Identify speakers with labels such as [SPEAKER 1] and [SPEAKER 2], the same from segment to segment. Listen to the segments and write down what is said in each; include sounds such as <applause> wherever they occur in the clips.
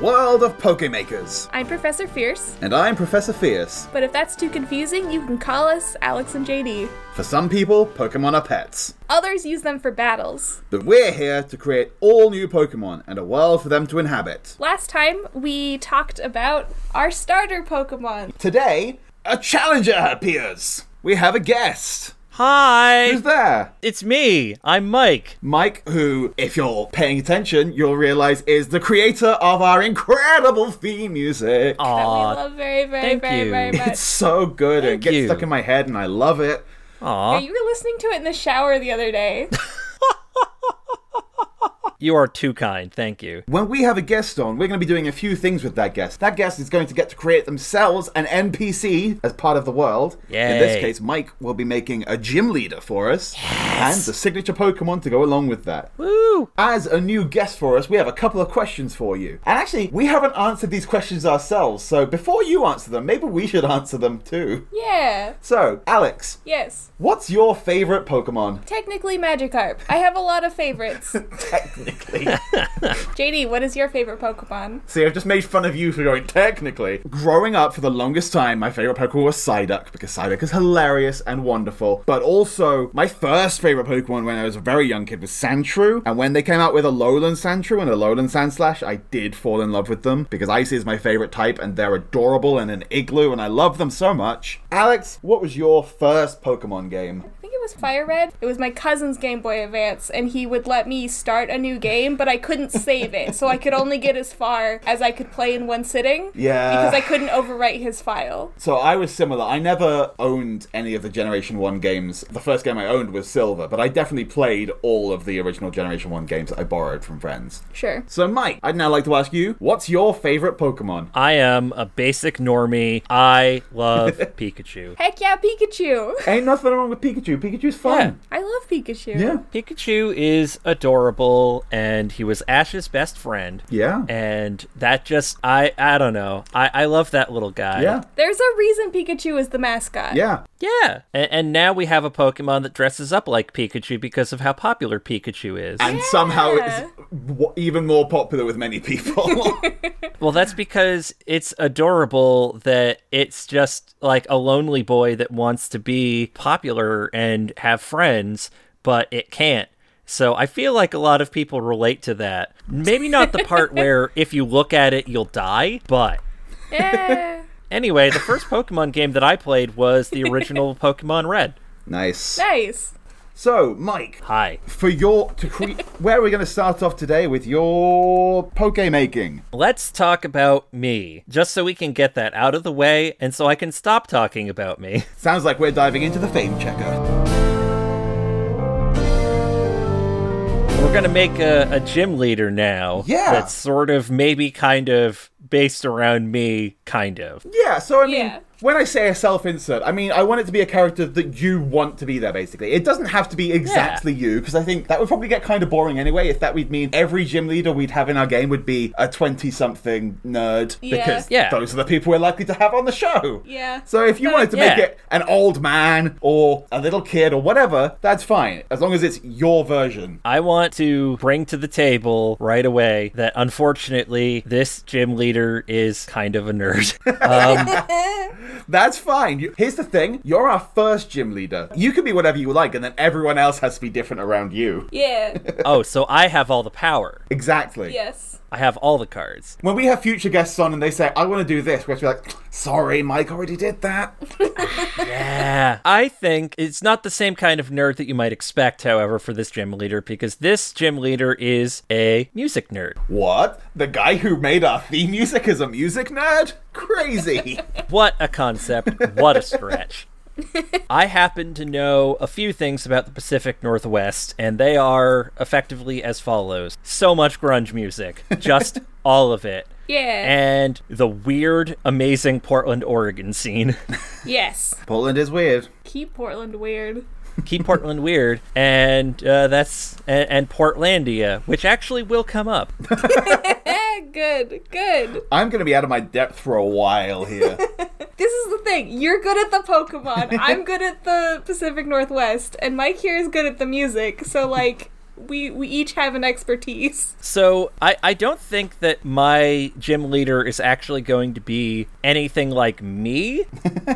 [SPEAKER 1] world of Pokemakers.
[SPEAKER 2] I'm Professor Fierce,
[SPEAKER 1] And I'm Professor Fierce.
[SPEAKER 2] but if that's too confusing, you can call us Alex and JD.
[SPEAKER 1] For some people, Pokemon are pets.
[SPEAKER 2] Others use them for battles.
[SPEAKER 1] But we're here to create all new Pokemon and a world for them to inhabit.
[SPEAKER 2] Last time, we talked about our starter Pokemon.
[SPEAKER 1] Today, a challenger appears. We have a guest.
[SPEAKER 3] Hi!
[SPEAKER 1] Who's there?
[SPEAKER 3] It's me! I'm Mike!
[SPEAKER 1] Mike, who, if you're paying attention, you'll realize is the creator of our incredible theme music.
[SPEAKER 2] That we
[SPEAKER 3] Aw,
[SPEAKER 2] love very, very,
[SPEAKER 3] thank
[SPEAKER 2] very,
[SPEAKER 3] you.
[SPEAKER 2] very much.
[SPEAKER 1] It's so good. It gets
[SPEAKER 3] you.
[SPEAKER 1] stuck in my head and I love it.
[SPEAKER 2] Yeah,
[SPEAKER 3] <laughs> aw.
[SPEAKER 2] you were listening to it in the shower the other
[SPEAKER 3] <laughs>
[SPEAKER 2] day.
[SPEAKER 3] You are too kind, thank you.
[SPEAKER 1] When we have a guest on, we're going to be doing a few things with that guest. That guest is going to get to create themselves an NPC as part of the world. In this
[SPEAKER 3] Yay.
[SPEAKER 1] case, Mike will be making a gym leader for us and the signature Pokemon to go along with that.
[SPEAKER 3] Woo!
[SPEAKER 1] As a new guest for us, we have a couple of questions for you. And actually, we haven't answered these questions ourselves, so before you answer them, maybe we should <laughs> answer them too.
[SPEAKER 2] yeah.
[SPEAKER 1] So, Alex,
[SPEAKER 2] Yes.
[SPEAKER 1] what's your favorite Pokemon?
[SPEAKER 2] Technically Magikarp. I have a lot of favorites. <laughs>
[SPEAKER 1] Technically.
[SPEAKER 2] JD, what is your favorite Pokemon?
[SPEAKER 1] See, I've just made fun of you for going technically. Growing up, for the longest time, my favorite Pokemon was Psyduck because Psyduck is hilarious and wonderful. But also, my first favorite Pokemon when I was a very young kid was Sandshrew. And when they came out with a Lowland Sandshrew and a Lowland Sandslash, I did fall in love with them because Ice is my favorite type and they're adorable and an igloo and I love them so much. Alex, what was your first Pokemon game?
[SPEAKER 2] I think it was Fire Red. It was my cousin's Game Boy Advance, and he would let me start a new game, but I couldn't save it, so I could only get as far as I could play in one sitting.
[SPEAKER 1] Yeah.
[SPEAKER 2] Because I couldn't overwrite his file.
[SPEAKER 1] So I was similar. I never owned any of the Generation 1 games. The first game I owned was Silver, but I definitely played all of the original Generation 1 games that I borrowed from friends.
[SPEAKER 2] Sure.
[SPEAKER 1] So, Mike, I'd now like to ask you what's your favorite Pokemon?
[SPEAKER 3] I am a basic normie. I
[SPEAKER 1] <laughs>
[SPEAKER 3] love Pikachu.
[SPEAKER 2] Heck yeah, Pikachu!
[SPEAKER 1] Ain't nothing wrong with Pikachu. Pikachu's fun.
[SPEAKER 2] I love Pikachu.
[SPEAKER 1] Yeah.
[SPEAKER 3] Pikachu is adorable, and he was Ash's best friend.
[SPEAKER 1] Yeah.
[SPEAKER 3] And that just, I I don't know. I, I love that little guy.
[SPEAKER 1] Yeah.
[SPEAKER 2] There's a reason Pikachu is the mascot.
[SPEAKER 1] Yeah.
[SPEAKER 3] Yeah. And, and now we have a Pokemon that dresses up like Pikachu because of how popular Pikachu is.
[SPEAKER 1] And somehow it's w- even more popular with many <laughs> people.
[SPEAKER 3] Well, that's because it's adorable that it's just like a lonely boy that wants to be popular and have friends, but it can't. So I feel like a lot of people relate to that. Maybe not the part where if you look at it, you'll die, but.
[SPEAKER 1] <laughs>
[SPEAKER 2] Yeah.
[SPEAKER 3] Anyway, the first Pokemon game that I played was the original Pokemon Red.
[SPEAKER 1] nice.
[SPEAKER 2] nice.
[SPEAKER 1] So, Mike,
[SPEAKER 3] Hi.
[SPEAKER 1] for your to create, where are we going to start off today with your poke making?
[SPEAKER 3] Let's talk about me, just so we can get that out of the way and so I can stop talking about me.
[SPEAKER 1] Sounds like we're diving into the fame checker.
[SPEAKER 3] We're gonna make a, a gym leader now.
[SPEAKER 1] Yeah.
[SPEAKER 3] That's sort of maybe kind of based around me, kind of.
[SPEAKER 1] Yeah, so I mean,
[SPEAKER 2] Yeah.
[SPEAKER 1] when I say a self insert, I mean, I want it to be a character that you want to be there, basically. It doesn't have to be exactly you, because I think that would probably get kind of boring anyway. If that would mean every gym leader we'd have in our game would be a 20 something nerd,
[SPEAKER 2] Yeah.
[SPEAKER 1] because
[SPEAKER 3] Yeah.
[SPEAKER 1] those are the people we're likely to have on the show.
[SPEAKER 2] Yeah.
[SPEAKER 1] So if you
[SPEAKER 2] But-
[SPEAKER 1] wanted to make
[SPEAKER 3] Yeah.
[SPEAKER 1] it an old man or a little kid or whatever, that's fine, as long as it's your version.
[SPEAKER 3] I want to bring to the table right away that unfortunately this gym leader is kind of a nerd. <laughs>
[SPEAKER 1] That's fine. You- Here's the thing you're our first gym leader. You can be whatever you like, and then everyone else has to be different around you. <laughs>
[SPEAKER 2] Yeah.
[SPEAKER 3] oh, so I have all the power.
[SPEAKER 1] Exactly.
[SPEAKER 2] yes.
[SPEAKER 3] I have all the cards.
[SPEAKER 1] When we have future guests on and they say, I want to do this, we have to be like, sorry, Mike already did that.
[SPEAKER 3] Yeah. I think it's not the same kind of nerd that you might expect, however, for this gym leader, because this gym leader is a music nerd.
[SPEAKER 1] what? The guy who made our theme music is a music nerd? Crazy.
[SPEAKER 3] What a concept. What a stretch. I happen to know a few things about the Pacific Northwest, and they are effectively as follows so much grunge music, just all of it.
[SPEAKER 2] Yeah.
[SPEAKER 3] And the weird, amazing Portland, Oregon scene. <laughs>
[SPEAKER 2] yes.
[SPEAKER 1] Poland is weird.
[SPEAKER 2] Keep Portland weird.
[SPEAKER 3] Keep Portland weird, and uh, that's and, and Portlandia, which actually will come up.
[SPEAKER 2] Eh, good. Good.
[SPEAKER 1] I'm going to be out of my depth for a while here.
[SPEAKER 2] This is the thing. You're good at
[SPEAKER 1] <laughs>
[SPEAKER 2] the Pokemon. I'm good at the Pacific Northwest, and Mike here is good at the music. So like, we we each have an expertise.
[SPEAKER 3] So I, I don't think that my gym leader is actually going to be anything like me,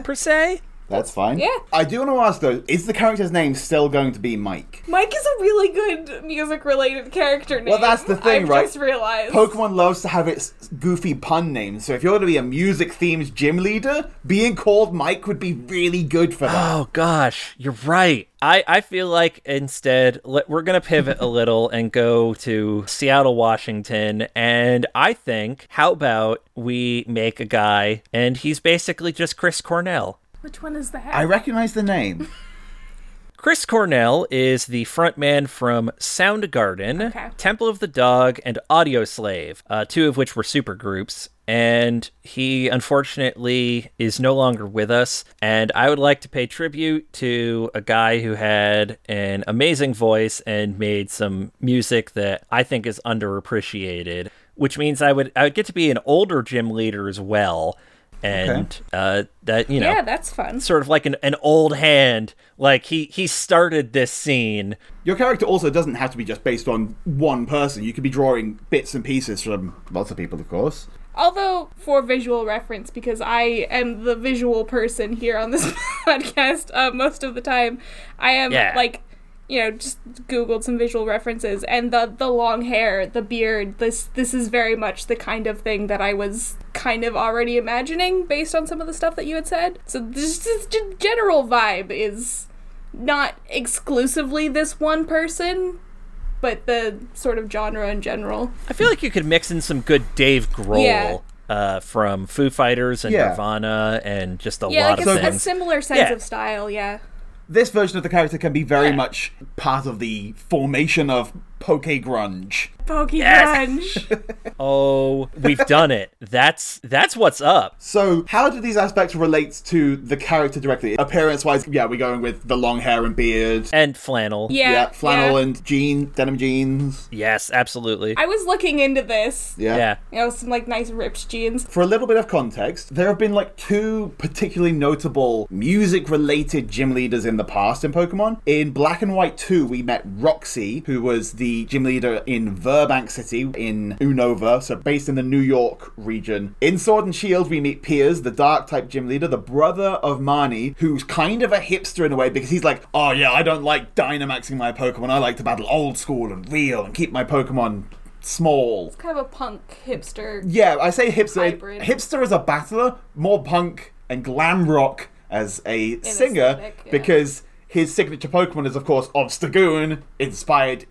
[SPEAKER 3] per se.
[SPEAKER 1] That's fine.
[SPEAKER 2] Yeah.
[SPEAKER 1] I do want to ask though, is the character's name still going to be Mike?
[SPEAKER 2] Mike is a really good music-related character name.
[SPEAKER 1] that's the thing,
[SPEAKER 2] I've
[SPEAKER 1] right?
[SPEAKER 2] Just realized.
[SPEAKER 1] Pokemon loves to have its goofy pun names, so if you're going to be a music themed gym leader, being called Mike would be really good for that.
[SPEAKER 3] Oh gosh, you're right. I, I feel like instead let, we're gonna pivot a little and go to Seattle, Washington, and I think how about we make a guy and he's basically just Chris Cornell.
[SPEAKER 2] Which one is that?
[SPEAKER 1] I recognize the name.
[SPEAKER 3] Chris Cornell is the frontman from Soundgarden,
[SPEAKER 2] Okay.
[SPEAKER 3] Temple of the Dog, and Audio Slave, uh, two of which were supergroups. And he unfortunately is no longer with us. And I would like to pay tribute to a guy who had an amazing voice and made some music that I think is underappreciated. Which means I would I would get to be an older gym leader as well, and uh, that you know
[SPEAKER 2] yeah, that's fun.
[SPEAKER 3] sort of like an, an old hand like he he started this scene
[SPEAKER 1] Your character also doesn't have to be just based on one person. You could be drawing bits and pieces from lots of people, of course.
[SPEAKER 2] Although for visual reference, because I am the visual person here on this <laughs> podcast uh, most of the time, I am
[SPEAKER 3] Yeah.
[SPEAKER 2] like, you know, just googled some visual references, and the the long hair, the beard, this this is very much the kind of thing that I was kind of already imagining based on some of the stuff that you had said. So this this g- general vibe is not exclusively this one person, but the sort of genre in general.
[SPEAKER 3] i feel like you could mix in some good dave grohl
[SPEAKER 2] Yeah.
[SPEAKER 3] uh, from foo fighters and
[SPEAKER 1] Yeah.
[SPEAKER 3] nirvana and just a
[SPEAKER 2] Yeah,
[SPEAKER 3] lot
[SPEAKER 2] like
[SPEAKER 3] of
[SPEAKER 2] a, a
[SPEAKER 3] things
[SPEAKER 2] similar sense
[SPEAKER 3] Yeah.
[SPEAKER 2] of style. Yeah.
[SPEAKER 1] This version of the character can be very
[SPEAKER 2] Yeah.
[SPEAKER 1] much part of the formation of Poke Grunge.
[SPEAKER 2] Pokey
[SPEAKER 3] Yes.
[SPEAKER 2] Grunge.
[SPEAKER 3] oh we've done it that's that's what's up
[SPEAKER 1] So, how do these aspects relate to the character directly? Appearance wise, yeah, we're going with the long hair and beard.
[SPEAKER 3] and flannel
[SPEAKER 2] Yeah.
[SPEAKER 1] yeah, flannel
[SPEAKER 2] yeah.
[SPEAKER 1] and jean, denim jeans.
[SPEAKER 3] yes absolutely
[SPEAKER 2] I was looking into this.
[SPEAKER 1] Yeah.
[SPEAKER 3] yeah
[SPEAKER 2] You know, some like nice ripped jeans.
[SPEAKER 1] For a little bit of context, there have been like two particularly notable music related gym leaders in the past in Pokemon. In Black and White 2, we met Roxy, who was the gym leader in Verbank City in Unova, so based in the New York region. In Sword and Shield, we meet Piers, the dark type gym leader, the brother of Marnie, who's kind of a hipster in a way because he's like, oh yeah, I don't like Dynamaxing my Pokemon. I like to battle old school and real and keep my Pokemon small.
[SPEAKER 2] Kind of a punk hipster.
[SPEAKER 1] Yeah, I say hipster.
[SPEAKER 2] Hybrid.
[SPEAKER 1] Hipster as a battler, more punk and glam rock as a singer,
[SPEAKER 2] aesthetic, yeah.
[SPEAKER 1] because his signature Pokemon is, of course, Obstagoon, inspired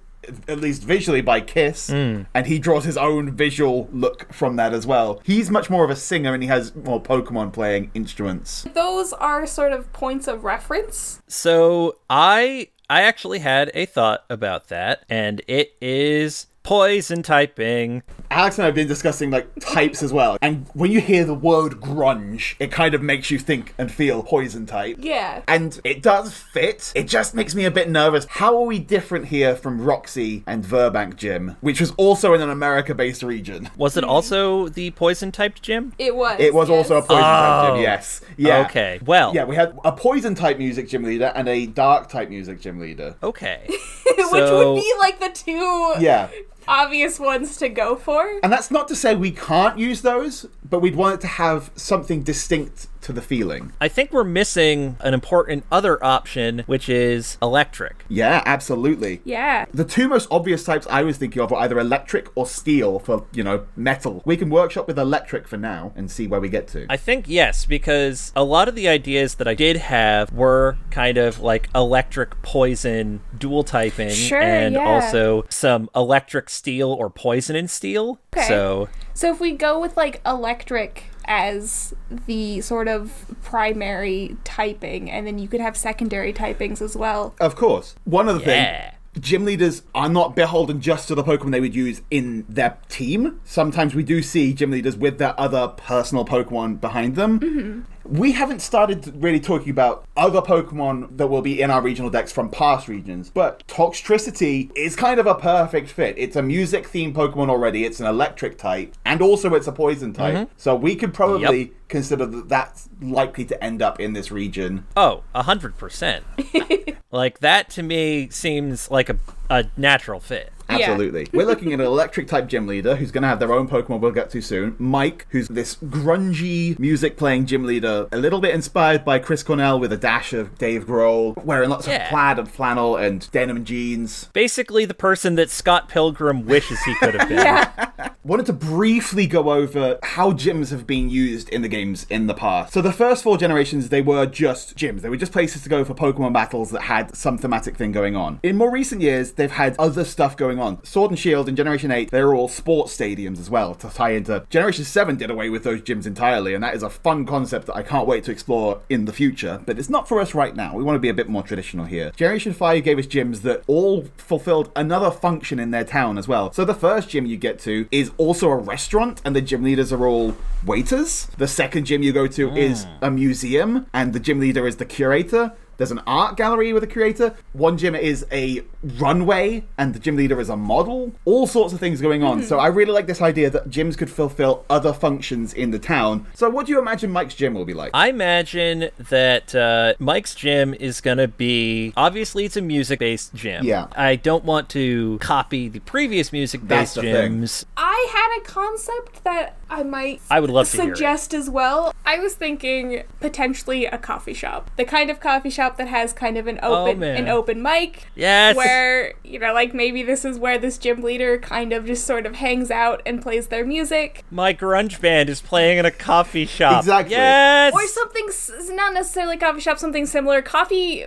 [SPEAKER 1] at least visually by Kiss, and he draws his own visual look from that as well. He's much more of a singer, and he has more Pokemon playing instruments.
[SPEAKER 2] Those are sort of points of reference.
[SPEAKER 3] So I I actually had a thought about that, and it is poison typing.
[SPEAKER 1] Alex and I have been discussing like types as well, and when you hear the word grunge, it kind of makes you think and feel poison type.
[SPEAKER 2] Yeah.
[SPEAKER 1] And it does fit. It just makes me a bit nervous. How are we different here from Roxy and Verbank Gym, which was also in an America based region?
[SPEAKER 3] Was
[SPEAKER 2] Mm-hmm.
[SPEAKER 3] it also the poison typed gym?
[SPEAKER 2] It was.
[SPEAKER 1] It was
[SPEAKER 2] yes.
[SPEAKER 1] also a poison type
[SPEAKER 3] Oh.
[SPEAKER 1] gym, yes. Yeah.
[SPEAKER 3] Okay. Well.
[SPEAKER 1] Yeah, we had a poison type music gym leader and a dark type music gym leader.
[SPEAKER 3] Okay.
[SPEAKER 2] <laughs> Which
[SPEAKER 3] So-
[SPEAKER 2] would be like the two
[SPEAKER 1] Yeah.
[SPEAKER 2] obvious ones to go for.
[SPEAKER 1] And that's not to say we can't use those, but we'd want it to have something distinct to the feeling.
[SPEAKER 3] I think we're missing an important other option, which is electric.
[SPEAKER 1] Yeah, absolutely.
[SPEAKER 2] Yeah.
[SPEAKER 1] The two most obvious types I was thinking of were either electric or steel for, you know, metal. We can workshop with electric for now and see where we get to.
[SPEAKER 3] I think yes, because a lot of the ideas that I did have were kind of like electric poison dual typing,
[SPEAKER 2] Sure,
[SPEAKER 3] and
[SPEAKER 2] yeah.
[SPEAKER 3] also some electric steel or poison in steel.
[SPEAKER 2] Okay.
[SPEAKER 3] So
[SPEAKER 2] So if we go with like electric as the sort of primary typing, and then you could have secondary typings as well.
[SPEAKER 1] Of course. One other
[SPEAKER 3] Yeah.
[SPEAKER 1] thing, gym leaders are not beholden just to the Pokemon they would use in their team. Sometimes we do see gym leaders with their other personal Pokemon behind them.
[SPEAKER 3] Mm-hmm.
[SPEAKER 1] We haven't started really talking about other Pokemon that will be in our regional decks from past regions, but Toxtricity is kind of a perfect fit. It's a music themed Pokemon already, it's an electric type, and also it's a poison type. So we could probably
[SPEAKER 3] Mm-hmm. Yep.
[SPEAKER 1] consider that that's likely to end up in this region.
[SPEAKER 2] <laughs>
[SPEAKER 3] Oh, a hundred percent. Like that to me seems like a a natural fit.
[SPEAKER 1] Absolutely. We're looking at an electric type gym leader who's going to have their own Pokemon we'll get to soon. Mike, who's this grungy music playing gym leader, a little bit inspired by Chris Cornell with a dash of Dave Grohl, wearing lots of
[SPEAKER 3] Yeah.
[SPEAKER 1] plaid and flannel and denim jeans.
[SPEAKER 3] Basically, the person that Scott Pilgrim wishes he
[SPEAKER 2] <laughs>
[SPEAKER 3] could have been.
[SPEAKER 1] Wanted to briefly go over how gyms have been used in the games in the past. So the first four generations, they were just gyms. They were just places to go for Pokemon battles that had some thematic thing going on. In more recent years, they've had other stuff going on. Sword and Shield in Generation 8, they're all sports stadiums as well to tie into. Generation 7 did away with those gyms entirely, and that is a fun concept that I can't wait to explore in the future. But it's not for us right now. We want to be a bit more traditional here. Generation 5 gave us gyms that all fulfilled another function in their town as well. So the first gym you get to is also a restaurant, and the gym leaders are all waiters. The second gym you go to is a museum, and the gym leader is the curator. There's an art gallery with a curator. One gym is a runway, and the gym leader is a model. All sorts of things going on. So I really like this idea that gyms could fulfill other functions in the town. So what do you imagine Mike's gym will be like?
[SPEAKER 3] I imagine that uh, Mike's gym is going to be obviously it's a music based gym.
[SPEAKER 1] Yeah.
[SPEAKER 3] I don't want to copy the previous music
[SPEAKER 1] That's
[SPEAKER 3] based
[SPEAKER 1] the thing.
[SPEAKER 3] gyms.
[SPEAKER 2] I had a concept that I might
[SPEAKER 3] I would love to hear it.
[SPEAKER 2] suggest as well. I was thinking potentially a coffee shop. The kind of coffee shop that has kind of an open
[SPEAKER 3] Oh, man.
[SPEAKER 2] an open mic.
[SPEAKER 3] Yes.
[SPEAKER 2] Where, you know, like maybe this is where this gym leader kind of just sort of hangs out and plays their music.
[SPEAKER 3] My grunge band is playing in a coffee shop.
[SPEAKER 1] Exactly.
[SPEAKER 3] Yes.
[SPEAKER 2] Or something, s- not necessarily coffee shop, something similar. Coffee,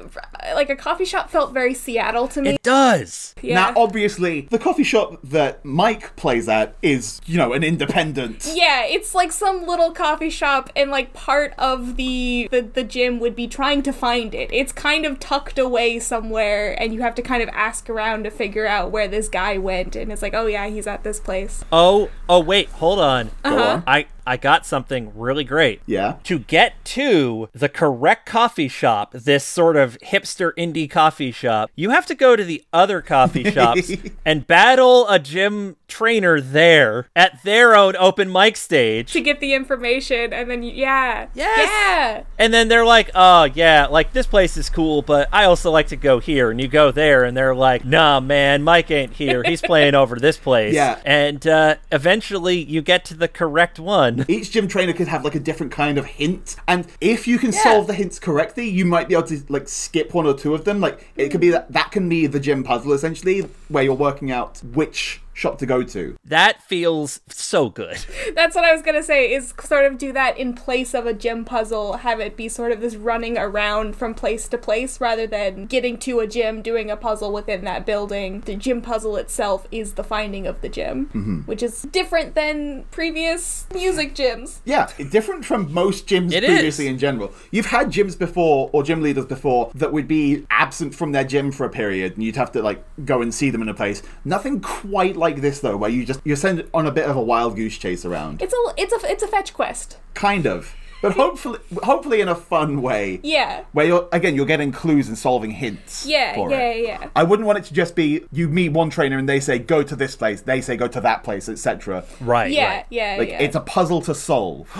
[SPEAKER 2] like a coffee shop felt very Seattle to me.
[SPEAKER 3] it does.
[SPEAKER 2] yeah.
[SPEAKER 1] Now, obviously, the coffee shop that Mike plays at is, you know, an independent.
[SPEAKER 2] Yeah, it's like some little coffee shop, and like part of the, the the gym would be trying to find it. It's kind of tucked away somewhere, and you have to kind of ask around to figure out where this guy went. And it's like, oh yeah, he's at this place.
[SPEAKER 3] Oh, oh wait, hold on.
[SPEAKER 1] Go on.
[SPEAKER 3] I I got something really great.
[SPEAKER 1] Yeah.
[SPEAKER 3] To get to the correct coffee shop, this sort of hipster indie coffee shop, you have to go to the
[SPEAKER 1] <laughs>
[SPEAKER 3] other coffee shops and battle a gym trainer there at their own open mic stage.
[SPEAKER 2] To get the information, and then you, yeah,
[SPEAKER 3] Yes!
[SPEAKER 2] yeah,
[SPEAKER 3] And then they're like, oh, yeah, like this place is cool, but I also like to go here. And you go there, and they're like, nah, man, Mike ain't here. He's playing over this
[SPEAKER 1] <laughs>
[SPEAKER 3] place.
[SPEAKER 1] Yeah.
[SPEAKER 3] And uh, eventually you get to the correct one.
[SPEAKER 1] Each gym trainer could have like a different kind of hint, and if you can solve the hints correctly, you might be able to like skip one or two of them. Like it could be that that can be the gym puzzle essentially, where you're working out which shop to go to.
[SPEAKER 3] That feels so good.
[SPEAKER 2] That's what I was gonna say. Is sort of do that in place of a gym puzzle. Have it be sort of this running around from place to place, rather than getting to a gym, doing a puzzle within that building. The gym puzzle itself is the finding of the gym,
[SPEAKER 1] Mm-hmm.
[SPEAKER 2] which is different than previous music gyms.
[SPEAKER 1] Yeah, different from most gyms
[SPEAKER 3] It
[SPEAKER 1] previously
[SPEAKER 3] is.
[SPEAKER 1] in general. You've had gyms before or gym leaders before that would be absent from their gym for a period and you'd have to like go and see them in a place. Nothing quite like this though, where you just you're sent on a bit of a wild goose chase around.
[SPEAKER 2] It's a it's a it's a fetch quest.
[SPEAKER 1] kind of. But hopefully hopefully in a fun way.
[SPEAKER 2] Yeah.
[SPEAKER 1] Where you're again you're getting clues and solving hints.
[SPEAKER 2] Yeah,
[SPEAKER 1] for
[SPEAKER 2] yeah,
[SPEAKER 1] it.
[SPEAKER 2] yeah.
[SPEAKER 1] I wouldn't want it to just be you meet one trainer and they say go to this place, they say go to that place, etc.
[SPEAKER 3] <laughs> Right.
[SPEAKER 2] Yeah,
[SPEAKER 3] right.
[SPEAKER 2] yeah,
[SPEAKER 1] Like
[SPEAKER 2] yeah.
[SPEAKER 1] it's a puzzle to solve.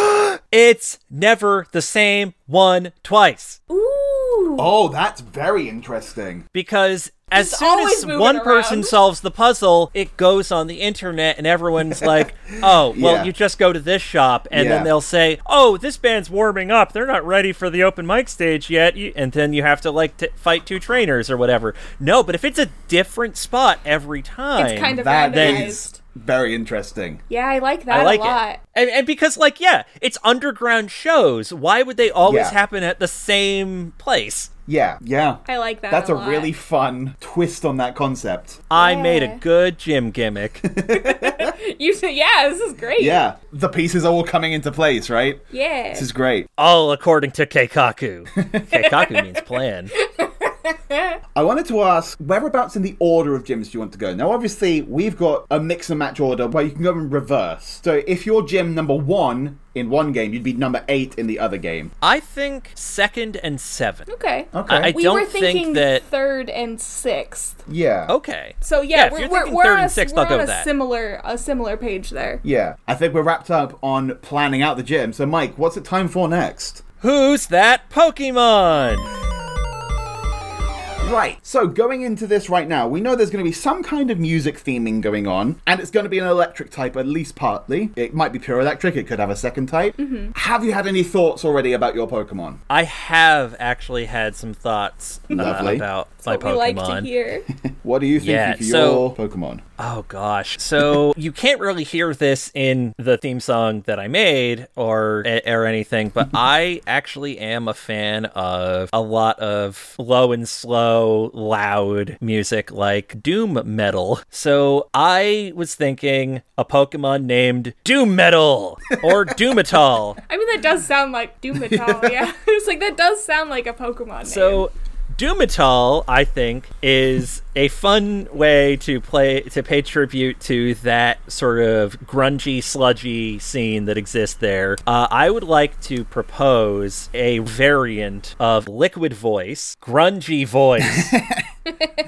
[SPEAKER 1] <gasps>
[SPEAKER 3] It's never the same one twice.
[SPEAKER 2] Ooh.
[SPEAKER 1] oh, that's very interesting.
[SPEAKER 3] Because as
[SPEAKER 2] Just
[SPEAKER 3] soon
[SPEAKER 2] always
[SPEAKER 3] as
[SPEAKER 2] moving
[SPEAKER 3] one person
[SPEAKER 2] around.
[SPEAKER 3] solves the puzzle, it goes on the internet
[SPEAKER 2] <laughs>
[SPEAKER 3] and everyone's like, oh, well,
[SPEAKER 1] Yeah.
[SPEAKER 3] you just go to this shop. And
[SPEAKER 1] Yeah.
[SPEAKER 3] then they'll say, oh, this band's warming up. They're not ready for the open mic stage yet. You- And then you have to, like, t- fight two trainers or whatever. No, but if it's a different spot every time.
[SPEAKER 2] It's kind of
[SPEAKER 1] That
[SPEAKER 2] randomized.
[SPEAKER 1] is very interesting.
[SPEAKER 2] Yeah, I like that
[SPEAKER 3] I like
[SPEAKER 2] a lot.
[SPEAKER 3] it. And, and because, like, yeah, it's underground shows. Why would they always
[SPEAKER 1] Yeah.
[SPEAKER 3] happen at the same place?
[SPEAKER 1] Yeah, yeah.
[SPEAKER 2] I like that.
[SPEAKER 1] That's
[SPEAKER 2] a,
[SPEAKER 1] a
[SPEAKER 2] lot.
[SPEAKER 1] really fun twist on that concept.
[SPEAKER 3] I made
[SPEAKER 2] Yeah.
[SPEAKER 3] a good
[SPEAKER 1] <laughs>
[SPEAKER 3] gym gimmick.
[SPEAKER 2] <laughs> You said, yeah, this is great.
[SPEAKER 1] Yeah, the pieces are all coming into place, right?
[SPEAKER 2] Yeah.
[SPEAKER 1] This is great.
[SPEAKER 3] All according to Keikaku.
[SPEAKER 1] <laughs>
[SPEAKER 3] Keikaku means plan.
[SPEAKER 1] I wanted to ask whereabouts in the order of gyms do you want to go? Now, obviously, we've got a mix and match order where you can go in reverse. So, if you're gym number one in one game, you'd be number eight in the other game.
[SPEAKER 3] I think second and seventh.
[SPEAKER 2] Okay.
[SPEAKER 1] Okay.
[SPEAKER 3] I- I-
[SPEAKER 2] we
[SPEAKER 3] don't
[SPEAKER 2] were thinking
[SPEAKER 3] think that-
[SPEAKER 2] third and sixth.
[SPEAKER 1] yeah.
[SPEAKER 3] Okay.
[SPEAKER 2] So
[SPEAKER 3] Yeah,
[SPEAKER 2] yeah,
[SPEAKER 3] if
[SPEAKER 2] we're,
[SPEAKER 3] you're
[SPEAKER 2] we're,
[SPEAKER 3] thinking
[SPEAKER 2] we're
[SPEAKER 3] third
[SPEAKER 2] on
[SPEAKER 3] and
[SPEAKER 2] a-
[SPEAKER 3] sixth,
[SPEAKER 2] we're
[SPEAKER 3] I'll go
[SPEAKER 2] on
[SPEAKER 3] with
[SPEAKER 2] a
[SPEAKER 3] that.
[SPEAKER 2] similar a similar page there.
[SPEAKER 1] Yeah. I think we're wrapped up on planning out the gym. So, Mike, what's it time for next?
[SPEAKER 3] Who's that Pokemon?
[SPEAKER 1] Right. So going into this right now, we know there's going to be some kind of music theming going on, and it's going to be an electric type at least partly. It might be pure electric. It could have a second type. Have you had any thoughts already about your Pokemon?
[SPEAKER 3] I have actually had some thoughts uh,
[SPEAKER 1] Lovely.
[SPEAKER 3] about my
[SPEAKER 2] What we like
[SPEAKER 3] Pokemon.
[SPEAKER 2] to hear.
[SPEAKER 1] What do you think
[SPEAKER 3] Yeah,
[SPEAKER 1] for
[SPEAKER 3] so-
[SPEAKER 1] your Pokemon?
[SPEAKER 3] Oh gosh. So you can't really hear this in the theme song that I made or or anything, but I actually am a fan of a lot of low and slow, loud music like doom metal. So I was thinking a Pokemon named Doom Metal or Doomatol.
[SPEAKER 2] I mean, that does sound like
[SPEAKER 3] <laughs>
[SPEAKER 2] Doomatol, yeah. <laughs> it's like, that does sound like a Pokemon name.
[SPEAKER 3] So Doomatol, I think, is a fun way to play to pay tribute to that sort of grungy, sludgy scene that exists there. Uh, I would like to propose a variant of liquid voice, grungy voice.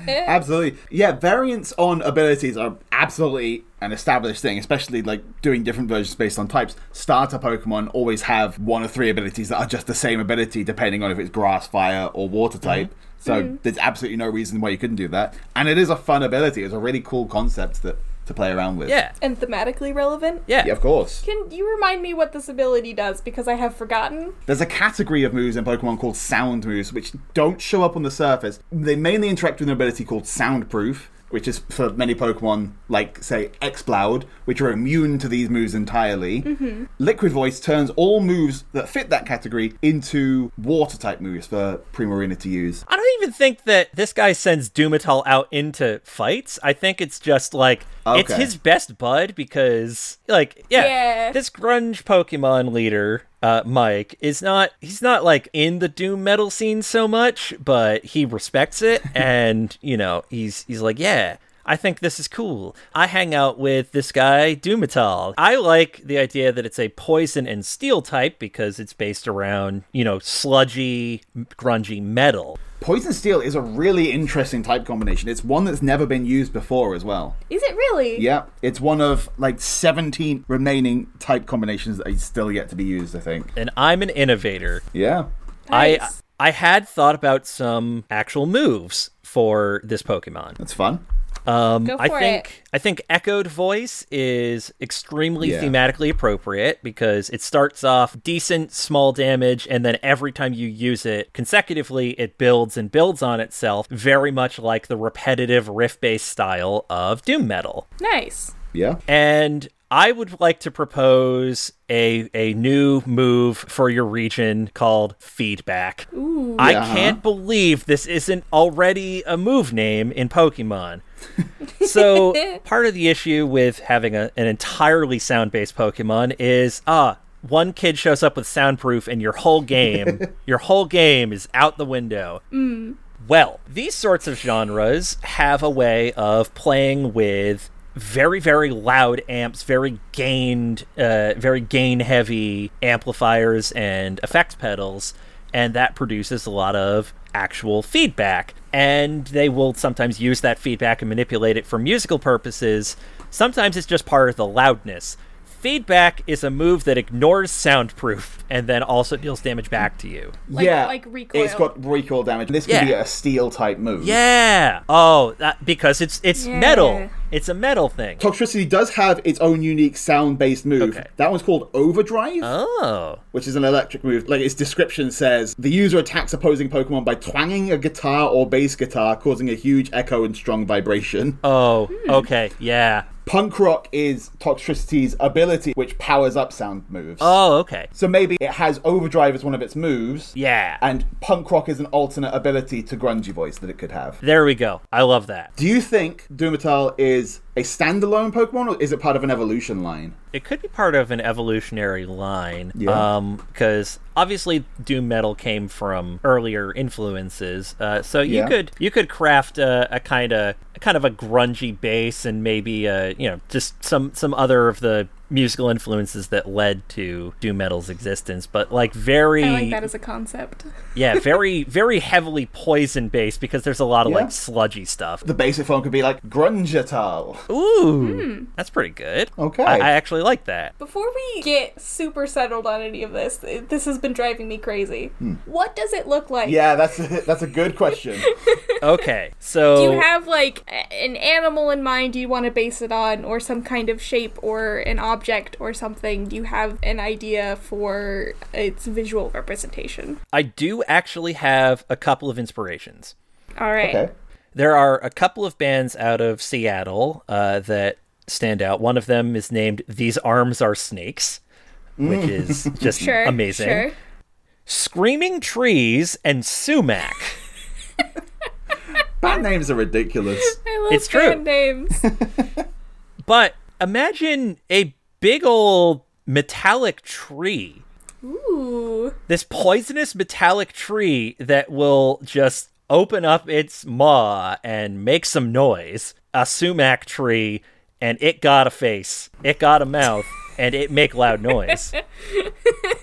[SPEAKER 1] Absolutely. Yeah, variants on abilities are absolutely an established thing, especially like doing different versions based on types. Starter Pokemon always have one or three abilities that are just the same ability depending on if it's grass, fire, or water type. So there's absolutely no reason why you couldn't do that. And it is a fun ability. It's a really cool concept that to play around with.
[SPEAKER 3] yeah,
[SPEAKER 2] And thematically relevant?
[SPEAKER 3] yeah.
[SPEAKER 1] Yeah, of course.
[SPEAKER 2] Can you remind me what this ability does? Because I have forgotten.
[SPEAKER 1] There's a category of moves in Pokemon called sound moves, which don't show up on the surface. They mainly interact with an ability called soundproof, which is for many Pokemon, like, say, Exploud, which are immune to these moves entirely. Liquid Voice turns all moves that fit that category into water type moves for Primarina to use.
[SPEAKER 3] I don't even think that this guy sends Doomatol out into fights. I think it's just like it's
[SPEAKER 1] Okay.
[SPEAKER 3] his best bud because like yeah,
[SPEAKER 2] Yeah.
[SPEAKER 3] this grunge Pokemon leader uh, Mike is not he's not like in the doom metal scene so much, but he respects it and you know, he's he's like, yeah, I think this is cool. I hang out with this guy, Doomatol. I like the idea that it's a poison and steel type because it's based around, you know, sludgy, grungy metal.
[SPEAKER 1] Poison Steel is a really interesting type combination. It's one that's never been used before as well.
[SPEAKER 2] Is it really?
[SPEAKER 1] Yeah, it's one of like 17 remaining type combinations that are still yet to be used, I think.
[SPEAKER 3] and I'm an innovator.
[SPEAKER 1] Yeah.
[SPEAKER 3] I
[SPEAKER 2] Nice.
[SPEAKER 3] I had thought about some actual moves for this Pokemon.
[SPEAKER 1] That's fun.
[SPEAKER 3] Um,
[SPEAKER 2] Go
[SPEAKER 3] I
[SPEAKER 2] for
[SPEAKER 3] think
[SPEAKER 2] it.
[SPEAKER 3] I think echoed voice is extremely
[SPEAKER 1] Yeah.
[SPEAKER 3] thematically appropriate because it starts off decent small damage and then every time you use it consecutively it builds and builds on itself very much like the repetitive riff-based style of doom metal.
[SPEAKER 2] Nice.
[SPEAKER 1] Yeah.
[SPEAKER 3] And I would like to propose a a new move for your region called feedback.
[SPEAKER 2] Ooh.
[SPEAKER 3] I
[SPEAKER 1] Yeah.
[SPEAKER 3] can't believe this isn't already a move name in Pokemon. so part of the issue with having a, an entirely sound-based Pokemon is ah one kid shows up with soundproof and your whole game your whole game is out the window. Well, these sorts of genres have a way of playing with very very loud amps, very gained uh, very gain heavy amplifiers and effects pedals and that produces a lot of actual feedback. And they will sometimes use that feedback and manipulate it for musical purposes. Sometimes it's just part of the loudness. Feedback is a move that ignores soundproof <laughs> and then also deals damage back to you.
[SPEAKER 2] Like-
[SPEAKER 1] yeah,
[SPEAKER 2] like recoil.
[SPEAKER 1] It's got recoil damage. This could
[SPEAKER 3] Yeah.
[SPEAKER 1] be a steel type move.
[SPEAKER 3] Yeah. Oh, that, because it's it's
[SPEAKER 2] Yeah.
[SPEAKER 3] metal. It's a metal thing.
[SPEAKER 1] Toxtricity does have its own unique sound based move.
[SPEAKER 3] Okay.
[SPEAKER 1] That one's called Overdrive,
[SPEAKER 3] Oh.
[SPEAKER 1] which is an electric move. Like its description says the user attacks opposing Pokemon by twanging a guitar or bass guitar, causing a huge echo and strong vibration.
[SPEAKER 3] Oh.
[SPEAKER 2] Hmm.
[SPEAKER 3] Okay. Yeah.
[SPEAKER 1] Punk Rock is Toxtricity's ability, which powers up sound moves.
[SPEAKER 3] Oh. Okay.
[SPEAKER 1] so maybe it has Overdrive as one of its moves.
[SPEAKER 3] Yeah.
[SPEAKER 1] And Punk Rock is an alternate ability to Grungy Voice that it could have.
[SPEAKER 3] there we go. I love that.
[SPEAKER 1] Do you think Doomatol is a standalone Pokemon or is it part of an evolution line?
[SPEAKER 3] It could be part of an evolutionary line.
[SPEAKER 1] Yeah.
[SPEAKER 3] Um, because obviously doom metal came from earlier influences. Uh, so you
[SPEAKER 1] Yeah.
[SPEAKER 3] could you could craft a, a kind of kind of a grungy bass and maybe uh you know just some some other of the musical influences that led to doom metal's existence, but like very
[SPEAKER 2] I like that as a concept.
[SPEAKER 3] yeah, very very heavily poison based because there's a lot of
[SPEAKER 1] Yeah.
[SPEAKER 3] like sludgy stuff.
[SPEAKER 1] The basic form could be like grungetal.
[SPEAKER 3] Ooh, that's pretty good.
[SPEAKER 1] Okay.
[SPEAKER 3] I, I actually like that.
[SPEAKER 2] Before we get super settled on any of this, th- this has been driving me crazy. What does it look like?
[SPEAKER 1] Yeah, that's a, that's a good question.
[SPEAKER 3] Okay, so
[SPEAKER 2] Do you have like a- an animal in mind you want to base it on, or some kind of shape, or an object, or something? Do you have an idea for its visual representation?
[SPEAKER 3] I do actually have a couple of inspirations.
[SPEAKER 2] All right.
[SPEAKER 1] <laughs> Okay.
[SPEAKER 3] There are a couple of bands out of Seattle uh, that stand out. One of them is named These Arms Are Snakes, which is just
[SPEAKER 2] Sure.
[SPEAKER 3] amazing.
[SPEAKER 2] Sure.
[SPEAKER 3] Screaming Trees and Sumac.
[SPEAKER 1] Band names are ridiculous.
[SPEAKER 2] I love
[SPEAKER 3] It's true.
[SPEAKER 2] band names.
[SPEAKER 1] <laughs>
[SPEAKER 3] but imagine a big old metallic tree.
[SPEAKER 2] Ooh.
[SPEAKER 3] This poisonous metallic tree that will just open up its maw and make some noise. A sumac tree, and it got a face, it got a mouth, and it make loud noise.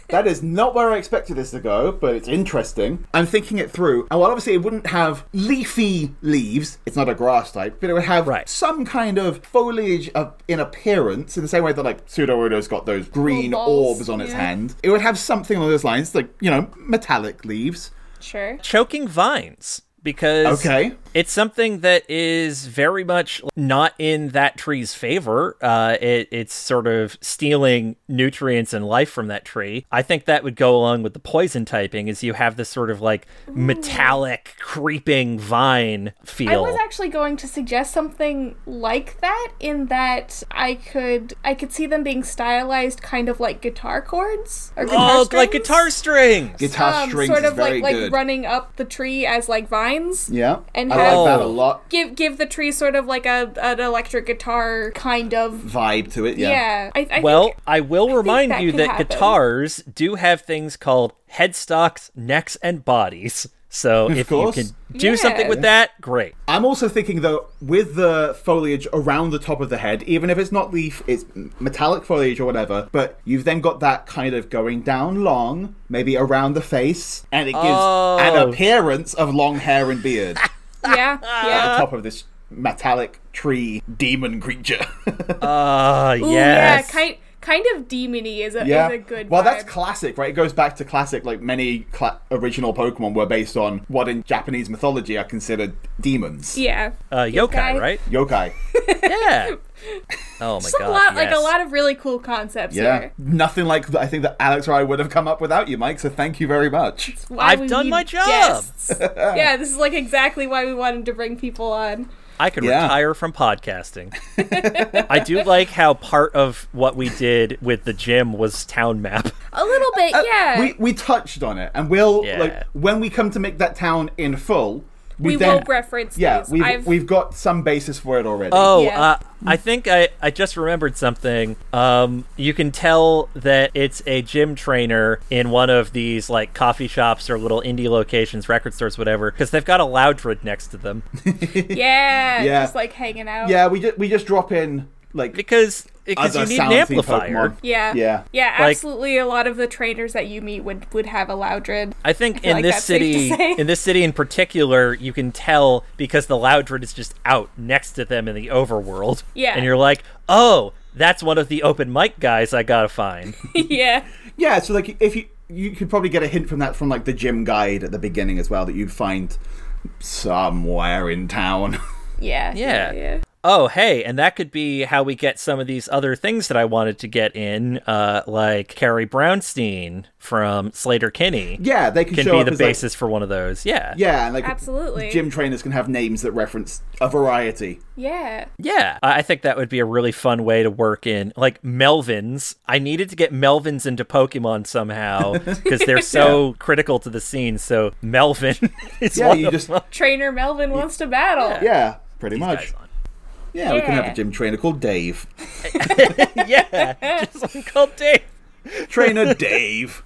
[SPEAKER 1] That is not where I expected this to go, but it's interesting. I'm thinking it through. And while obviously it wouldn't have leafy leaves, it's not a grass type, but it would have
[SPEAKER 3] Right.
[SPEAKER 1] some kind of foliage of, in appearance, in the same way that like Pseudorodo's got those green
[SPEAKER 2] Little balls,
[SPEAKER 1] orbs on its
[SPEAKER 2] yeah.
[SPEAKER 1] hand. It would have something along those lines, like, you know, metallic leaves.
[SPEAKER 2] Sure.
[SPEAKER 3] Choking vines. Because
[SPEAKER 1] Okay.
[SPEAKER 3] It's something that is very much not in that tree's favor. Uh, it, it's sort of stealing nutrients and life from that tree. I think that would go along with the poison typing, is you have this sort of like metallic creeping vine
[SPEAKER 2] I
[SPEAKER 3] feel.
[SPEAKER 2] was actually going to suggest something like that in that I could I could see them being stylized kind of like guitar chords or guitar
[SPEAKER 3] oh,
[SPEAKER 2] strings.
[SPEAKER 3] like guitar strings.
[SPEAKER 1] Guitar
[SPEAKER 2] um,
[SPEAKER 1] strings
[SPEAKER 2] sort
[SPEAKER 1] is
[SPEAKER 2] of
[SPEAKER 1] very
[SPEAKER 2] like like
[SPEAKER 1] good.
[SPEAKER 2] running up the tree as like vines.
[SPEAKER 1] yeah.
[SPEAKER 2] and
[SPEAKER 1] I like
[SPEAKER 2] have-
[SPEAKER 1] that a lot.
[SPEAKER 2] Give give the tree sort of like a an electric guitar kind of
[SPEAKER 1] Vibe to it,
[SPEAKER 2] yeah.
[SPEAKER 1] yeah.
[SPEAKER 2] I, I
[SPEAKER 3] well,
[SPEAKER 2] think
[SPEAKER 3] I will remind
[SPEAKER 2] that
[SPEAKER 3] you
[SPEAKER 2] could
[SPEAKER 3] that
[SPEAKER 2] happen.
[SPEAKER 3] guitars do have things called headstocks, necks, and bodies. So if you
[SPEAKER 1] course.
[SPEAKER 3] can do something
[SPEAKER 2] Yeah.
[SPEAKER 3] with that, great.
[SPEAKER 1] I'm also thinking though, with the foliage around the top of the head, even if it's not leaf, it's metallic foliage or whatever. But you've then got that kind of going down long, maybe around the face, and it gives
[SPEAKER 3] Oh.
[SPEAKER 1] an appearance of long hair and beard at
[SPEAKER 2] yeah
[SPEAKER 1] the
[SPEAKER 2] <laughs>
[SPEAKER 3] <laughs>
[SPEAKER 2] yeah.
[SPEAKER 1] top of this metallic tree demon creature. <laughs>
[SPEAKER 3] Ah,
[SPEAKER 2] Ooh,
[SPEAKER 3] yes.
[SPEAKER 2] Yeah, kind kind of demony is a is a good.
[SPEAKER 1] well,
[SPEAKER 2] vibe.
[SPEAKER 1] that's classic, right? It goes back to classic. Like many cla- original Pokemon were based on what in Japanese mythology are considered demons.
[SPEAKER 2] yeah.
[SPEAKER 3] uh, yokai,
[SPEAKER 2] guy.
[SPEAKER 3] right?
[SPEAKER 2] <laughs>
[SPEAKER 1] Yokai.
[SPEAKER 3] Yeah. oh my
[SPEAKER 2] Just
[SPEAKER 3] god.
[SPEAKER 2] a lot, like a
[SPEAKER 3] yes.
[SPEAKER 2] lot of really cool concepts
[SPEAKER 1] Yeah.
[SPEAKER 2] here.
[SPEAKER 1] Nothing like th- I think that Alex or I would have come up without you, Mike. So thank you very much.
[SPEAKER 2] It's why
[SPEAKER 3] I've
[SPEAKER 2] we
[SPEAKER 3] done
[SPEAKER 2] need
[SPEAKER 3] my
[SPEAKER 1] <laughs>
[SPEAKER 3] job.
[SPEAKER 2] guests. yeah, this is like exactly why we wanted to bring people on.
[SPEAKER 3] I could
[SPEAKER 1] Yeah.
[SPEAKER 3] retire from podcasting. I do like how part of what we did with the gym was
[SPEAKER 2] <laughs>
[SPEAKER 3] town map.
[SPEAKER 2] A little bit, yeah.
[SPEAKER 1] Uh, We we touched on it, and we'll
[SPEAKER 3] Yeah.
[SPEAKER 1] like when we come to make that town in full.
[SPEAKER 2] We
[SPEAKER 1] then,
[SPEAKER 2] will reference
[SPEAKER 1] Yeah,
[SPEAKER 2] these.
[SPEAKER 1] we've
[SPEAKER 2] I've-
[SPEAKER 1] we've got some basis for it already.
[SPEAKER 3] Oh,
[SPEAKER 2] Yeah.
[SPEAKER 3] uh, I think I, I just remembered something. Um, you can tell that it's a gym trainer in one of these like coffee shops or little indie locations, record stores, whatever, because they've got a Loudred next to them.
[SPEAKER 2] yeah,
[SPEAKER 1] Yeah.
[SPEAKER 2] just like hanging out.
[SPEAKER 1] yeah, we just we just drop in like
[SPEAKER 3] Because because
[SPEAKER 1] other
[SPEAKER 3] you need an
[SPEAKER 1] sound theme
[SPEAKER 3] amplifier.
[SPEAKER 1] Pokemon.
[SPEAKER 2] Yeah.
[SPEAKER 1] Yeah.
[SPEAKER 2] Yeah,
[SPEAKER 3] Like-
[SPEAKER 2] absolutely. A lot of the trainers that you meet would would have a Loudred.
[SPEAKER 3] I think in
[SPEAKER 2] like
[SPEAKER 3] this
[SPEAKER 2] that's safe to
[SPEAKER 3] city,
[SPEAKER 2] say.
[SPEAKER 3] in this city in particular, you can tell because the Loudred is just out next to them in the overworld.
[SPEAKER 2] Yeah.
[SPEAKER 3] and you're like, oh, that's one of the open mic guys I gotta find.
[SPEAKER 2] <laughs> yeah.
[SPEAKER 1] Yeah, so like if you you could probably get a hint from that from like the gym guide at the beginning as well that you'd find somewhere in town. <laughs>
[SPEAKER 2] Yeah.
[SPEAKER 3] Yeah.
[SPEAKER 2] Yeah. yeah.
[SPEAKER 3] oh, hey, and that could be how we get some of these other things that I wanted to get in, uh, like Carrie Brownstein from Slater Kinney
[SPEAKER 1] yeah, they could
[SPEAKER 3] can
[SPEAKER 1] show
[SPEAKER 3] be
[SPEAKER 1] up
[SPEAKER 3] the
[SPEAKER 1] as, like-
[SPEAKER 3] basis for one of those. Yeah,
[SPEAKER 1] yeah, and like
[SPEAKER 2] Absolutely.
[SPEAKER 1] Gym trainers can have names that reference a
[SPEAKER 3] <laughs>
[SPEAKER 1] variety.
[SPEAKER 2] Yeah.
[SPEAKER 3] Yeah, I I think that would be a really fun way to work in. Like Melvins, I needed to get Melvins into
[SPEAKER 1] <laughs>
[SPEAKER 3] Pokemon somehow because they're so critical to the scene. So Melvin <laughs> is
[SPEAKER 1] Yeah,
[SPEAKER 3] one
[SPEAKER 1] you
[SPEAKER 3] of
[SPEAKER 1] just
[SPEAKER 2] Trainer Melvin wants to battle.
[SPEAKER 1] yeah, pretty
[SPEAKER 3] these
[SPEAKER 1] much.
[SPEAKER 3] guys on. <laughs>
[SPEAKER 1] Yeah, we can have
[SPEAKER 2] Yeah.
[SPEAKER 1] a gym trainer called Dave. <laughs>
[SPEAKER 3] Yeah, just like called Dave.
[SPEAKER 1] Trainer Dave.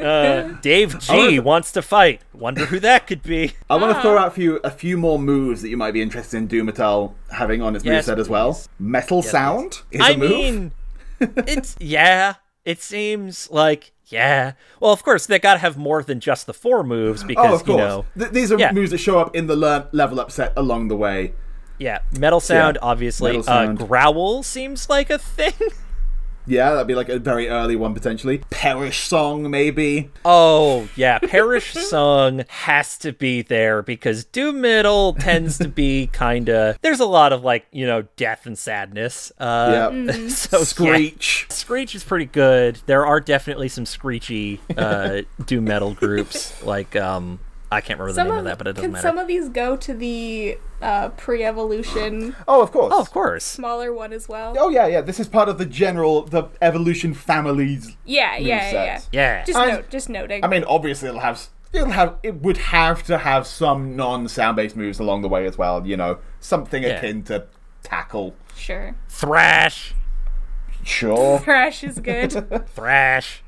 [SPEAKER 3] Uh, Dave G
[SPEAKER 1] wonder if-
[SPEAKER 3] wants to fight. Wonder who that
[SPEAKER 1] <laughs>
[SPEAKER 3] could be.
[SPEAKER 1] I want to throw out for you a few more moves that you might be interested in Doomatal having on its
[SPEAKER 3] Yes,
[SPEAKER 1] moveset as well.
[SPEAKER 3] please.
[SPEAKER 1] Metal Sound is a
[SPEAKER 3] I
[SPEAKER 1] <laughs> move.
[SPEAKER 3] mean, it's yeah. It seems like yeah. Well, of course they gotta have more than just the four moves
[SPEAKER 1] Oh,
[SPEAKER 3] because
[SPEAKER 1] of
[SPEAKER 3] you
[SPEAKER 1] course.
[SPEAKER 3] know
[SPEAKER 1] Th- these are
[SPEAKER 3] yeah.
[SPEAKER 1] moves that show up in the learn- level up set along the way.
[SPEAKER 3] yeah. Metal sound obviously.
[SPEAKER 1] Metal sound.
[SPEAKER 3] Uh, growl seems like a thing. <laughs>
[SPEAKER 1] Yeah, that'd be like a very early one potentially. Perish song, maybe.
[SPEAKER 3] Oh
[SPEAKER 1] <laughs>
[SPEAKER 3] yeah, Parish Song has to be there because Doom Middle tends to
[SPEAKER 1] <laughs>
[SPEAKER 3] be kinda. There's a lot of like you know death and sadness. Uh,
[SPEAKER 1] Yeah. <laughs>
[SPEAKER 3] <laughs> So yeah.
[SPEAKER 1] Screech.
[SPEAKER 3] Screech is pretty good. There are definitely some screechy uh, doom
[SPEAKER 1] <laughs>
[SPEAKER 3] metal groups like um I can't remember the
[SPEAKER 2] Some
[SPEAKER 3] name
[SPEAKER 2] of,
[SPEAKER 3] of, that, but it doesn't
[SPEAKER 2] can
[SPEAKER 3] matter.
[SPEAKER 2] some of these go to the uh, pre-evolution
[SPEAKER 1] <sighs> Oh, of course.
[SPEAKER 3] oh, of course.
[SPEAKER 2] smaller one as well?
[SPEAKER 1] Oh yeah, yeah. This is part of the general the evolution families.
[SPEAKER 2] Yeah, yeah, yeah, yeah.
[SPEAKER 1] Movesets.
[SPEAKER 3] Yeah.
[SPEAKER 2] Just
[SPEAKER 1] I-
[SPEAKER 2] note, just noting.
[SPEAKER 1] I mean, obviously it'll have it'll have it would have to have some non sound based moves along the way as well. You know, something akin to tackle.
[SPEAKER 2] sure, <laughs>
[SPEAKER 3] Thrash.
[SPEAKER 1] Sure.
[SPEAKER 2] Thrash is good.
[SPEAKER 1] <laughs>
[SPEAKER 3] Thrash.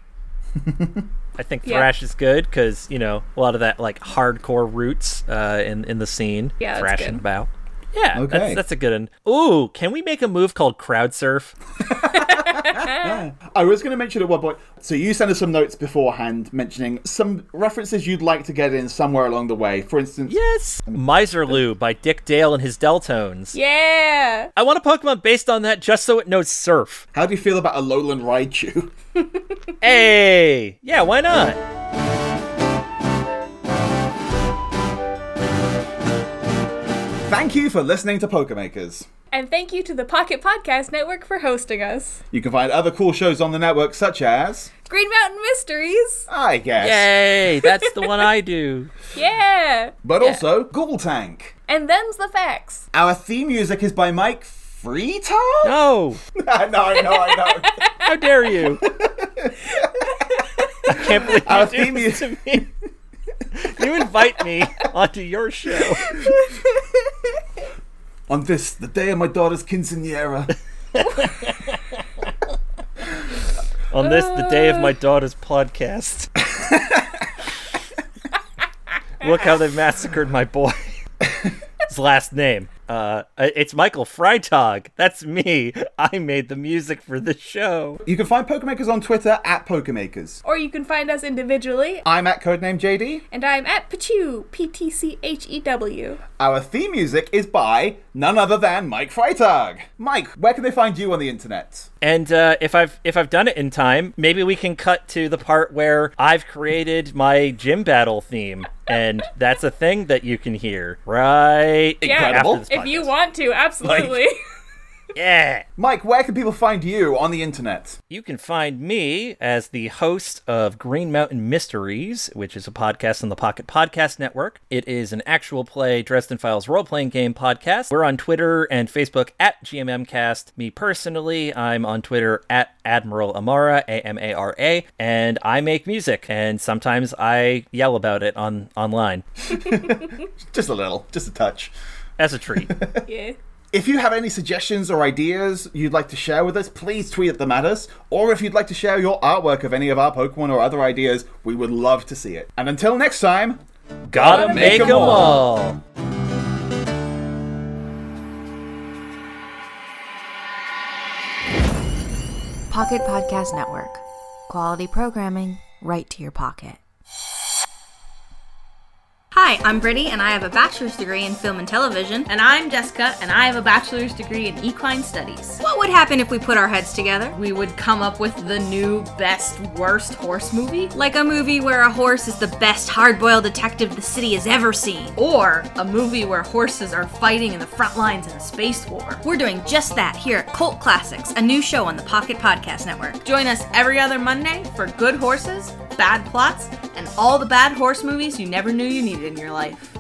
[SPEAKER 3] I think
[SPEAKER 2] Yeah.
[SPEAKER 3] thrash is good because you know a lot of that like hardcore roots uh, in in the scene.
[SPEAKER 2] Yeah, that's
[SPEAKER 3] thrash
[SPEAKER 2] good.
[SPEAKER 3] and bow. Yeah,
[SPEAKER 1] Okay.
[SPEAKER 3] that's, that's a good one. Ooh, can we make a move called crowd surf?
[SPEAKER 1] I was going to mention at one point. So you sent us some notes beforehand, mentioning some references you'd like to get in somewhere along the way. For instance,
[SPEAKER 3] Yes, Miserloo by Dick Dale and his Deltones.
[SPEAKER 2] yeah,
[SPEAKER 3] I want a Pokemon based on that just so it knows surf.
[SPEAKER 1] how do you feel about a Lowland Raichu? <laughs>
[SPEAKER 3] Hey, yeah, why not?
[SPEAKER 1] Thank you for listening to Pokemakers.
[SPEAKER 2] and thank you to the Pocket Podcast Network for hosting us.
[SPEAKER 1] You can find other cool shows on the network, such as
[SPEAKER 2] Green Mountain Mysteries.
[SPEAKER 1] I guess,
[SPEAKER 3] Yay, that's the one I do.
[SPEAKER 2] Yeah,
[SPEAKER 1] but also Ghoul Tank.
[SPEAKER 2] and them's the facts.
[SPEAKER 1] Our theme music is by Mike Freetard.
[SPEAKER 3] No,
[SPEAKER 1] <laughs> I know, I know, I know.
[SPEAKER 3] how dare you? I can't believe <laughs> you
[SPEAKER 1] Our
[SPEAKER 3] do
[SPEAKER 1] theme
[SPEAKER 3] this to me. You invite me onto your show.
[SPEAKER 1] on this, the day of my daughter's quinceanera.
[SPEAKER 3] <laughs> On this, the day
[SPEAKER 2] Uh.
[SPEAKER 3] of my daughter's podcast. Look how they massacred my boy. His last name. Uh, it's Michael Freitag. That's me. I made the music for the show.
[SPEAKER 1] You can find Pokemakers on Twitter at Pokemakers.
[SPEAKER 2] Or you can find us individually,
[SPEAKER 1] I'm at Codename JD.
[SPEAKER 2] and I'm at Pachew, P T C H E W.
[SPEAKER 1] Our theme music is by none other than Mike Freitag. Mike, where can they find you on the internet?
[SPEAKER 3] And uh, if I've if I've done it in time, maybe we can cut to the part where I've created my gym battle theme, and that's a thing that you can hear right
[SPEAKER 1] Incredible.
[SPEAKER 3] after this
[SPEAKER 2] If you
[SPEAKER 3] podcast.
[SPEAKER 2] want to,
[SPEAKER 3] <laughs>
[SPEAKER 2] absolutely.
[SPEAKER 3] yeah.
[SPEAKER 1] Mike, where can people find you on the internet?
[SPEAKER 3] You can find me as the host of Green Mountain Mysteries, which is a podcast on the Pocket Podcast Network. It is an actual play Dresden Files role playing game podcast. We're on Twitter and Facebook at GMMcast. Me personally, I'm on Twitter at Admiral Amara, A M A R A, and I make music, and sometimes I yell about it on online
[SPEAKER 1] Just a little, just a touch.
[SPEAKER 3] as
[SPEAKER 1] <laughs>
[SPEAKER 3] a treat.
[SPEAKER 2] yeah.
[SPEAKER 1] If you have any suggestions or ideas you'd like to share with us, please tweet at them at us. Or if you'd like to share your artwork of any of our Pokemon or other ideas, we would love to see it. And until next time,
[SPEAKER 3] Gotta
[SPEAKER 1] make
[SPEAKER 3] make
[SPEAKER 1] 'em
[SPEAKER 3] them all.
[SPEAKER 4] Pocket Podcast Network. Quality programming right to your pocket.
[SPEAKER 5] Hi, I'm Brittany, and I have a bachelor's degree in film and television.
[SPEAKER 6] And I'm Jessica, and I have a bachelor's degree in equine studies.
[SPEAKER 5] What would happen if we put our heads together?
[SPEAKER 6] We would come up with the new best worst horse movie,
[SPEAKER 5] Like a movie where a horse is the best hard boiled detective the city has ever seen.
[SPEAKER 6] or a movie where horses are fighting in the front lines in a space war.
[SPEAKER 5] We're doing just that here at Cult Classics, a new show on the Pocket Podcast Network.
[SPEAKER 6] Join us every other Monday for good horses, bad plots, and all the bad horse movies you never knew you needed in your life.